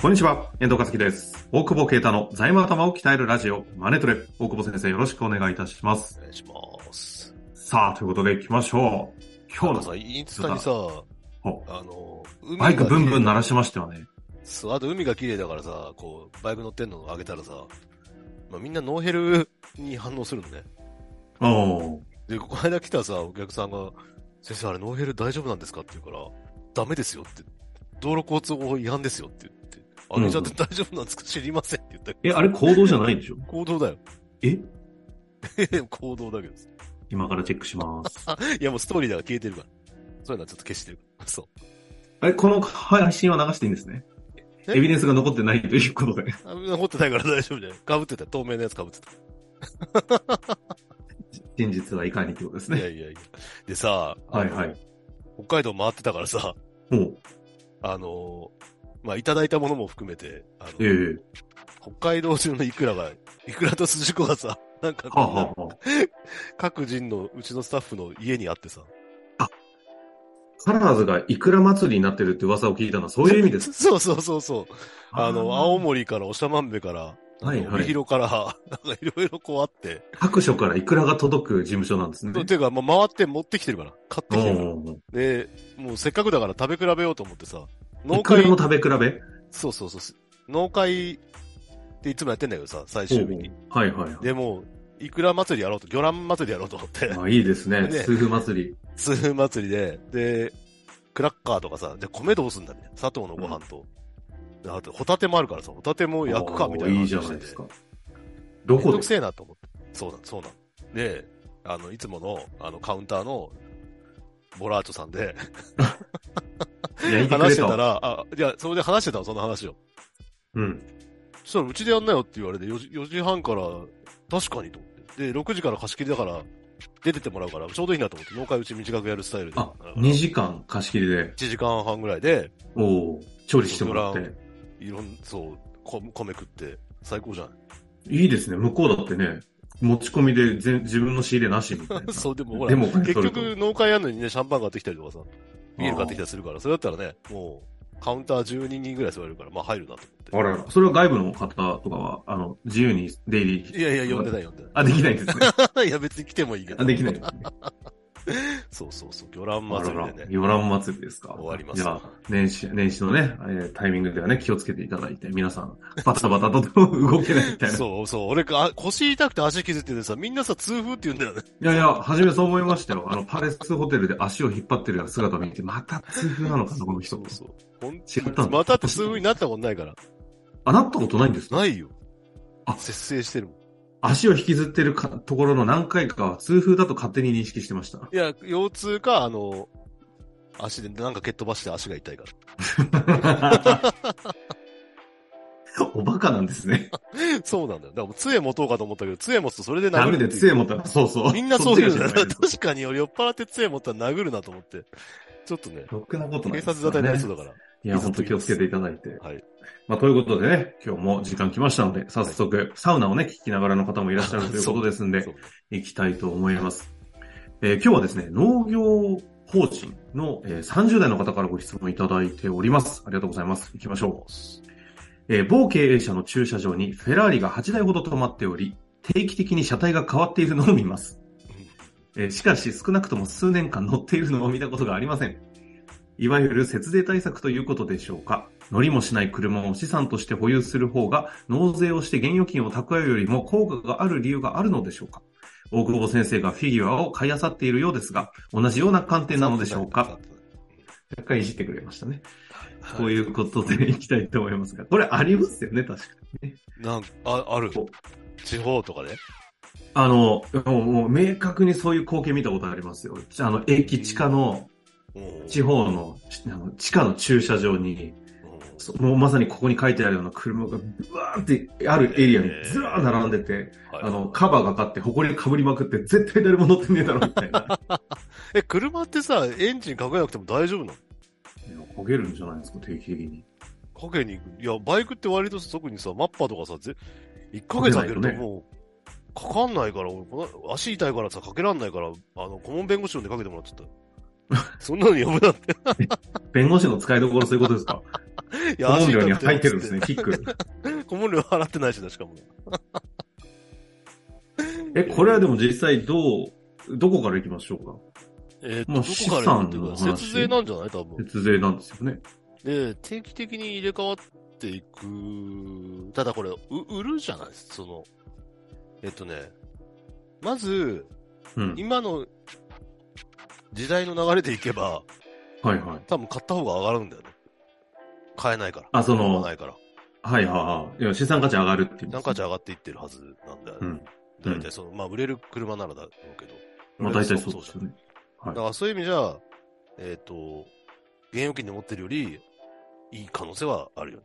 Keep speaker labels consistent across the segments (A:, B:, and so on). A: こんにちは、遠藤和樹です。大久保啓太の財務頭を鍛えるラジオ、マネトレ。大久保先生、よろしくお願いいたします。
B: お願いします。
A: さあ、ということで行きましょう。今
B: なんか
A: 日
B: さ、
A: の、
B: インスタにさ、
A: ほ
B: あの、海
A: バイク
B: が綺
A: ブ
B: 麗
A: ンブン鳴らしましたよね。
B: そう、あと海が綺麗だからさ、こう、バイク乗ってんのを上げたらさ、まあ、みんなノーヘルに反応するのね。
A: おー
B: で、この間来たさ、お客さんが、先生あれノーヘル大丈夫なんですかって言うから、ダメですよって。道路交通法違反ですよって言って。あれじゃって大丈夫なんですか知りませんって言った
A: え、あれ行動じゃないんでしょ
B: 行動だよ。
A: え
B: 行動だけです。
A: 今からチェックします。
B: いやもうストーリーだから消えてるから。そういうのはちょっと消してるから。そう。
A: え、この配信は流していいんですね。
B: え
A: エビデンスが残ってないということで。
B: あ残ってないから大丈夫じゃない被ってた。透明のやつ被ってた。
A: 真実はいかにということです
B: いや
A: ね。
B: いやいや。でさ、
A: はいはい。
B: 北海道回ってたからさ、
A: もう、
B: あのーまあ、いただいたものも含めて、あの
A: ええ
B: 北海道中のイクラが、イクラとスジコがさ、なんか、
A: はあ、はあはあ、
B: 各人のうちのスタッフの家にあってさ。
A: カラーズがイクラ祭りになってるって噂を聞いたのはそういう意味です。
B: そうそうそうそう。あの、青森から、長万部から、あ
A: はい
B: の、
A: はい
B: 帯広から、なんかいろいろこうあって。
A: 各所からイクラが届く事務所なんですね。
B: ていうか、まあ、回って持ってきてるから。買ってきてるから。
A: おー
B: で、もうせっかくだから食べ比べようと思ってさ、
A: イクラの食べ比べ
B: そうそうそうす。農会っていつもやってんだけどさ、最終日に。
A: はいはいは
B: でも、いくら祭りやろうと、魚卵祭りやろうと思って
A: い。、あいいですね。
B: ね
A: スーフ祭り。
B: 通風祭りで、で、クラッカーとかさ、じゃあ米どうすんだみたいな。砂糖のご飯と。であと、ホタテもあるからさ、ホタテも焼くかみたいな話してて。
A: いいじゃないですか。ど
B: めん
A: こ
B: ど
A: で
B: くせえなと思って。そうなん、そうなん。で、あの、いつもの、あの、カウンターの、ボラーチョさんで、
A: 焼いてく
B: 話
A: れ
B: してた
A: た。
B: ら、あ、いや、それで話してたの、その話を。
A: うん。
B: そしたらうちでやんなよって言われて、4時 ,4 時半から、確かにと思って。で、6時から貸し切りだから、出てってもらうから、ちょうどいいなと思って、農会うち短くやるスタイルで。
A: あ、2時間貸し切りで、
B: 1時間半ぐらいで、
A: おー調理してもらって。
B: いろん、そう、こ米食って、最高じゃん。
A: いいですね。向こうだってね、持ち込みで全自分の仕入れなしみたいな。
B: そう、でもほら、
A: でもお金
B: 結
A: 取ると
B: 局農会やんのにね、シャンパン買ってきたりとかさ、ビール買ってきたりするから、それだったらね、もう、カウンター12人ぐらい座れるから、まあ入るなと
A: あ
B: 思って。
A: らら。それは外部の方とかは、あの、自由に出入り。
B: いやいや、呼んでない呼んで
A: あ、できないん ですね。
B: ない。いや、別に来てもいいけど。
A: あ、できないんですね。
B: そうそうそう、魚卵
A: あら
B: 祭り
A: ら
B: で、ね。
A: 魚卵祭りですか。
B: 終わります
A: じゃあ、年始、年始のね、えータイミングではね、気をつけていただいて、皆さん、バタバタと動けないみたいな。
B: そうそう、俺があ腰痛くて足傷っててさ、みんなさ、痛風って言うんだよね。
A: いやいや、初めそう思いましたよ。あの、パレスホテルで足を引っ張ってるような姿を見て、また痛風なのかな、この人
B: そう。そう。本
A: 違った
B: 当
A: の
B: にまたって痛風になったことないから。
A: あ、なったことないんですか
B: ないよ。
A: あ
B: 節制してるもん。
A: 足を引きずってるかところの何回かは痛風だと勝手に認識してま した。
B: いや、腰痛か、あの、足でなんか蹴っ飛ばして足が痛いから。
A: おバカなんですね。
B: そうなんだよ。だからもう杖持とうかと思ったけど、杖持つとそれで
A: ダメ
B: 殴る
A: で
B: っていう。
A: 杖持ったら、そうそう。
B: みんなそう言うんだ
A: そ
B: よ
A: っちが心配。です
B: 確かに俺酔っ払って杖持ったら殴るなと思って。ちょっとね、
A: ろくなことな
B: 警
A: いですからね。
B: 察沙汰になりそうだから。
A: いや、本当気をつけていただいて。
B: はい。
A: まあ、ということでね、今日も時間来ましたので、早速、サウナをね、聞きながらの方もいらっしゃるということですんで
B: そう、
A: 行きたいと思います。えー今日はですね、農業法人の、えー30代の方からご質問いただいております。ありがとうございます。行きましょう。えー某経営者の駐車場にフェラーリが8台ほど止まっており、定期的に車体が変わっているのを見ます。えーしかし少なくとも数年間乗っているのを見たことがありません。いわゆる節税対策ということでしょうか。乗りもしない車を資産として保有する方が納税をして現預金を蓄えるよりも効果がある理由があるのでしょうか。大久保先生がフィギュアを買い漁っているようですが、同じような観点なのでしょうか。。若干いじってくれましたね。
B: はい
A: ということでいきたいと思いますが、これありますよね、確かにね。
B: なんか、あ、ある
A: こ。
B: 地方とかで、
A: あの、もうもう明確にそういう光景見たことありますよ。あの、駅地下の
B: うん
A: 地方のしあの地下の駐車場に、
B: うん
A: そもうまさにここに書いてあるような車が、ブワーってあるエリアにずらー並んでて、
B: はい
A: あの、カバーがかって、埃かぶりまくって、絶対誰も乗ってねえだろ、みたいな。
B: え、車ってさ、エンジンかけなくても大丈夫なの
A: いや焦げるんじゃないですか、定期的に。
B: かけに行く。いや、バイクって割と特にさ、マッパーとかさ、ぜ1ヶ月かける
A: かけないと
B: と
A: ね
B: もう、かかんないから、俺この、足痛いからさ、かけらんないから、あの、顧問弁護士呼んで かけてもらっちゃったよ。そんなのに呼ぶなんて。
A: 弁護士の使いどころそういうことですか
B: い
A: 顧問料には入ってるん
B: 足
A: ですね、
B: 痛
A: キック。
B: くて顧問料払ってないしな、しかも。
A: え、これはでも実際どう、どこから行きましょう
B: えー
A: まあ
B: と、どこからやってい
A: 資産
B: く
A: の
B: か
A: 話
B: 節税なんじゃない多分
A: か。。節税なんですよね。
B: で、定期的に入れ替わっていく、ただこれ、う売るじゃないですか、その、えっとね、まず、
A: うん。
B: 今の時代の流れでいけば、
A: はいはい。
B: 多分買った方が上がるんだよね。買えないから。
A: あその
B: 買わないから。
A: はいはいはい。いや、資産価値上がるっていう。
B: なんかじゃ上がっていってるはずなんだよ
A: う
B: ね。
A: ん。
B: 大体その、まあ売れる車ならだろうけど。
A: まあ大体そうですよね。
B: だからそういう意味じゃ、えっ、と、現預金で持ってるより、いい可能性はあるよね。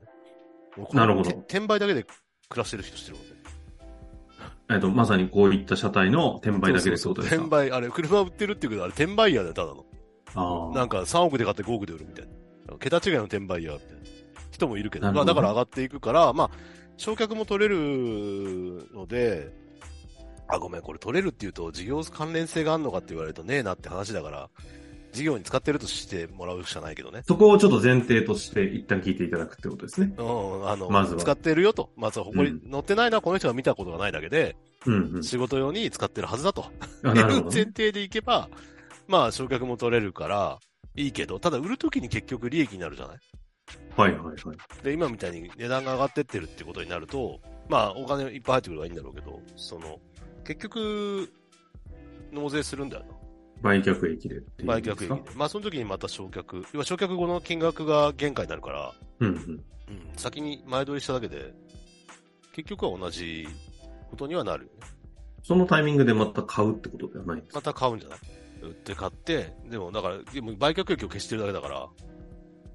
B: もうこれ
A: なるほど
B: て転売だけで暮らしてる人してるもんね。
A: えっと、まさにこういった車体の転売だけでってことですか
B: 転売、あれ、車売ってるっていうけど、あれ、転売ヤーだよ、ただの。
A: あ
B: なんか、3億で買って5億で売るみたいな。桁違いの転売ヤーみたいな人もいるけど、
A: なる
B: まあ、
A: ほ
B: だ
A: ど
B: から上がっていくから、まあ、償却も取れるので、あ、ごめん、これ取れるっていうと、事業関連性があるのかって言われるとねえなって話だから、事業に使ってるとしてもらうしかないけどね
A: あ。。そこをちょっと前提として一旦聞いていただくってことですね。
B: うん、あの、
A: まずは
B: 使ってるよと。まずは、ここに
A: う
B: 乗ってないな、この人が見たことがないだけで、
A: うんうん。
B: 仕事用に使ってるはずだと。
A: あ
B: いう
A: なるほど、ね。
B: 前提でいけば、まあ、償却も取れるから、いいけど、ただ売るときに結局利益になるじゃない
A: はいはいはい。
B: で、今みたいに値段が上がってってるってことになると、まあ、お金いっぱい入ってくればいいんだろうけど、その、結局、納税するんだよ
A: 売却益でってい
B: な。
A: うん
B: 売
A: です
B: 却
A: か
B: 益で。まあ、その時にまた償却。要は償却後の金額が限界になるから、
A: うんうん。
B: うん、先に前取りしただけで、結局は同じことにはなるよね。
A: そのタイミングでまた買うってことではないんです
B: ま
A: か
B: た買うんじゃない売って買って、でもだから、でも売却益を消してるだけだから、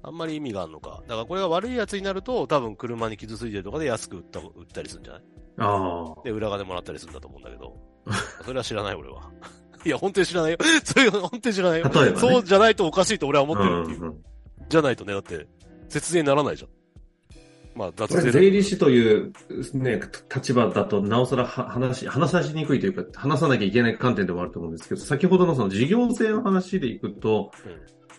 B: あんまり意味があるのか。だからこれが悪いやつになると、多分車に傷ついてるとかで安く売った、売ったりするんじゃない
A: ああ。
B: で、裏金もらったりするんだと思うんだけど。 それは知らない、俺は。 いや、本当に知らないよ。 それは本当に知らないよ。
A: 例えばね
B: そうじゃないとおかしいと俺は思ってるってい
A: う
B: う。
A: んうんうん
B: じゃないとね、だって、節税にならないじゃん。まあ、
A: これ
B: 脱
A: 税
B: 税だ
A: 理士という、ね、立場だと、なおさらは話し、話しにくいというか、話さなきゃいけない観点でもあると思うんですけど、先ほどのその事業性の話でいくと、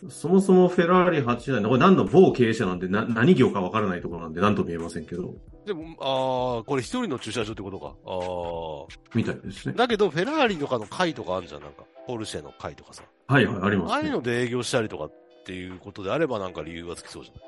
A: そもそもフェラーリ8台の、これ何の某経営者なんで、な何業かわからないところなんで、何とも言えませんけど、
B: でも、ああこれ一人の駐車場ってことか。あ
A: みたいです
B: あ
A: ね。
B: だけど、フェラーリとかの会とかあるじゃん、なんか。ポルシェの会とかさ。
A: はいはい、ありま
B: ああ
A: す
B: いう
A: ね。
B: ので営業したりとかっていうことであればなんか理由がつきそうじゃない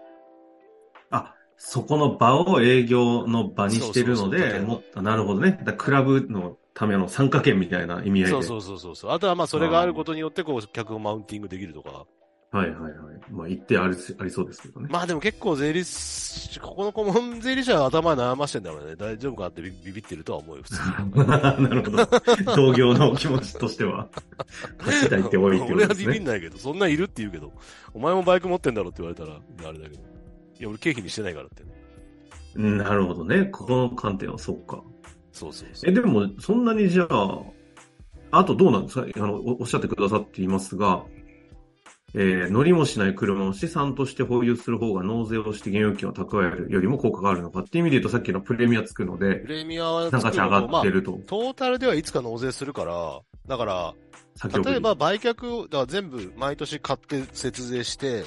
A: あ、そこの場を営業の場にしてるの
B: そうそうそ
A: で、
B: う
A: もっと、なるほどね。だからクラブのための参加権みたいな意味合いで。
B: そうそうそうそうそう。あとはまあ、それがあることによって、こう、客をマウンティングできるとか。
A: はいはいはい。まあ、言ってありありそうですけどね。
B: まあでも結構税理士、ここの顧問税理士は頭悩ましてんだろうね。大丈夫かなってビビビってるとは思うよ、普通
A: なるほど。同業の気持ちとして は。 勝ちたいって多いってこ
B: 俺
A: と
B: は
A: です
B: ビビ
A: ね
B: ん。ないけど、そんなんいるって言うけど、お前もバイク持ってんだろって言われたら、いやあれだけど。いや、俺経費にしてないからって、ね。
A: うんなるほどね。ここの観点はそうか。
B: そうそうそう
A: え、。でも、そんなにじゃあ、あとどうなんですかあの、おおっしゃってくださっていますが、えー乗りもしない車を資産として保有する方が納税をして現預金を蓄えるよりも効果があるのかっていう意味で言うとさっきのプレミアつくので
B: プ、レミアは
A: な
B: つ
A: んか値
B: くのと、
A: 上
B: ま
A: がっ
B: あ
A: て、ると、
B: トータルではいつか納税するから、だから、
A: 先ほど。
B: 例えば、売却を、だから全部毎年買って節税して、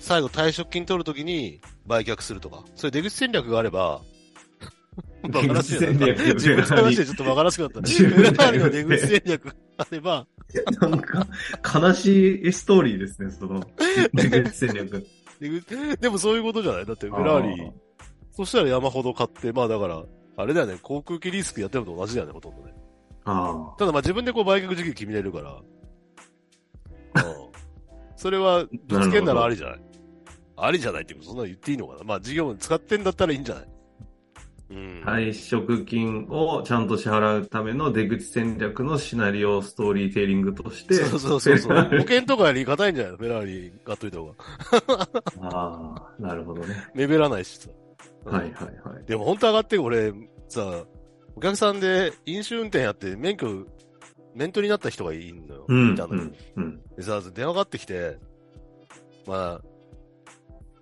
B: 最後退職金取るときに売却するとか。それ出口戦略があれば、
A: 出口戦略
B: 自分の話でちょっとバカらしくなった。
A: 自
B: フ
A: 分の
B: ラ
A: 話で
B: ーリの出口戦略があれば、
A: なんか、悲しいストーリーですね、そ の、出口戦略。
B: 出口でもそういうことじゃないだってフラー
A: あ
B: リ
A: ー、
B: そしたら山ほど買って、まあだから、あれだよね、航空機リースクやってるのと同じだよね、ほとんどね。
A: ああ。
B: ただまあ自分でこう売却時期決めれるから、うんそ れは、ぶつけんならありじゃないありじゃないっていうかそんなの言っていいのかなまあ事業に使ってんだったらいいんじゃないうん。
A: 退職金をちゃんと支払うための出口戦略のシナリオストーリーテーリングとして、
B: そうそうそうそう。 保険とかより硬いんじゃないフェラーリ買っといた方が。
A: ああ、なるほどね。
B: 目減らないしさ。うん
A: はいはいはい。
B: でも本当上がって俺、さ、お客さんで飲酒運転やって免許、免許になった人がいいのよ。
A: うん、
B: いうたのよ
A: ん、うん。
B: でさ、電話かかってきて、まあ、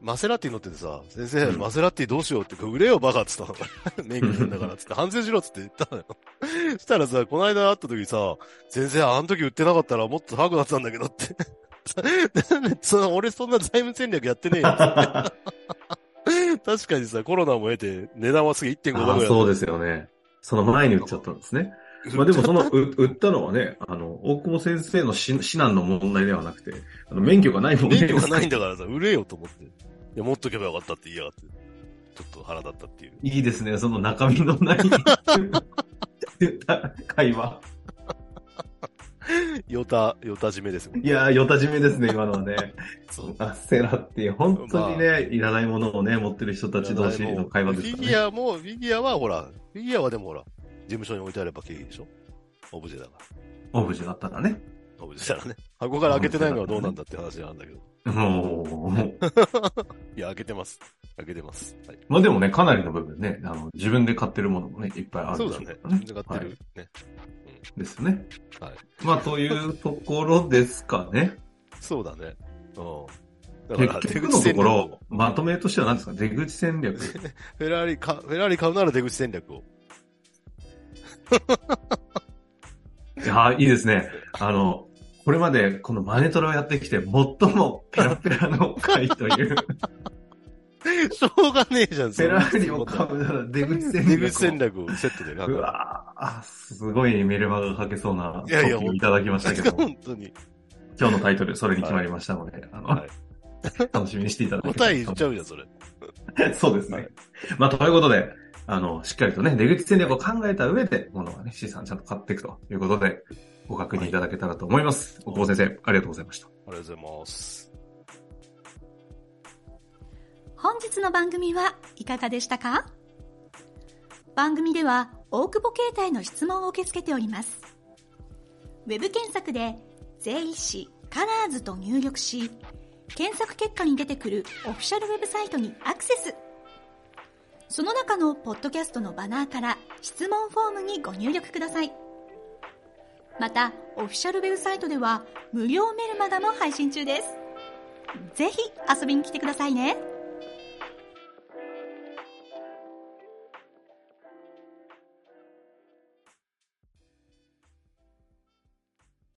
B: マセラティ乗っててさ、先生、
A: うん
B: マセラティどうしようって、売れよバカっつったの。 免許なんだからっつって、反省しろっつって言ったのよ。 そしたらさ、この間会った時さ、先生、あの時売ってなかったらもっと高くなってたんだけどって。 なんでその俺そんな財務戦略やってねえよ。確かにさ、コロナも得て、値段はすげえ1.5倍ぐら
A: あ
B: い
A: ー
B: だった。
A: そうですよね。その前に売っちゃったんですね。まあでもその、う売ったのはね、あの、大久保先生の指指南の問題ではなくて、あの免許がないもんね。
B: 免許がないんだからさ、売れよと思って。いや、持っとけばよかったって言いやがって。ちょっと腹立ったっていう。
A: いいですね、その中身の ない 会話。
B: ヨタ、ヨタ締めですもん。
A: いやー、よたじめですね、今のはね。
B: そう。
A: あセラって、本当にね、いらないものをね、持ってる人たち同士の会話です
B: フ
A: か
B: ィギ
A: らね。
B: ュアも、フィギュアはほら、フィギュアはでもほら、事務所に置いてあれば経費でしょオブジェだか
A: オブジェだったらね。
B: ら。オブジェだからね。箱から開けてないのはどうなんだって話なんだけど。
A: もう、
B: いや、開けてます。開けてます。はい。
A: まあでもね、かなりの部分ね、あの、自分で買ってるものもね、いっぱいある
B: そう
A: でし
B: だ
A: ょ
B: ね。
A: から
B: 自分で買って
A: はい
B: る。ね。
A: ですね。
B: はい
A: まあ、というところですかね。
B: そうだね。うん。だから、
A: 結
B: 出
A: 局
B: 口
A: のと
B: 戦
A: こ
B: 略
A: ろ、まとめとしては何ですか出口戦略。
B: フェラーリか、フェラーリ買うなら出口戦略を。
A: いやーいいですね。あの、これまでこのマネトラをやってきて、最もペラペラの回という、
B: しょうがねえじゃん、そ
A: ペ
B: れ
A: ラーリを買うなら出口戦略
B: 出
A: を。
B: 口戦略をセットでなん
A: う
B: か。
A: わーすごいメルマガが書けそうない
B: やいや
A: トピックをいただきました けど、
B: 本当に。
A: 今日のタイトル、それに決まりましたので、あの、
B: はい
A: 楽しみにしていただけたら
B: 答え言っちゃうじゃん、そ れ。
A: そうですね。まあ、ということで、あの、しっかりとね、出口戦略を考えた上で、ものはね、資産ちゃんと買っていくということで、ご確認いただけたらと思います。大久保先生、ありがとうございました。
B: ありがとうございます。
C: 本日の番組はいかがでしたか番組では大久保携帯の質問を受け付けております。ウェブ検索で税理士カラーズと入力し、検索結果に出てくるオフィシャルウェブサイトにアクセス。その中のポッドキャストのバナーから質問フォームにご入力ください。また、オフィシャルウェブサイトでは無料メルマガも配信中です。ぜひ遊びに来てくださいね。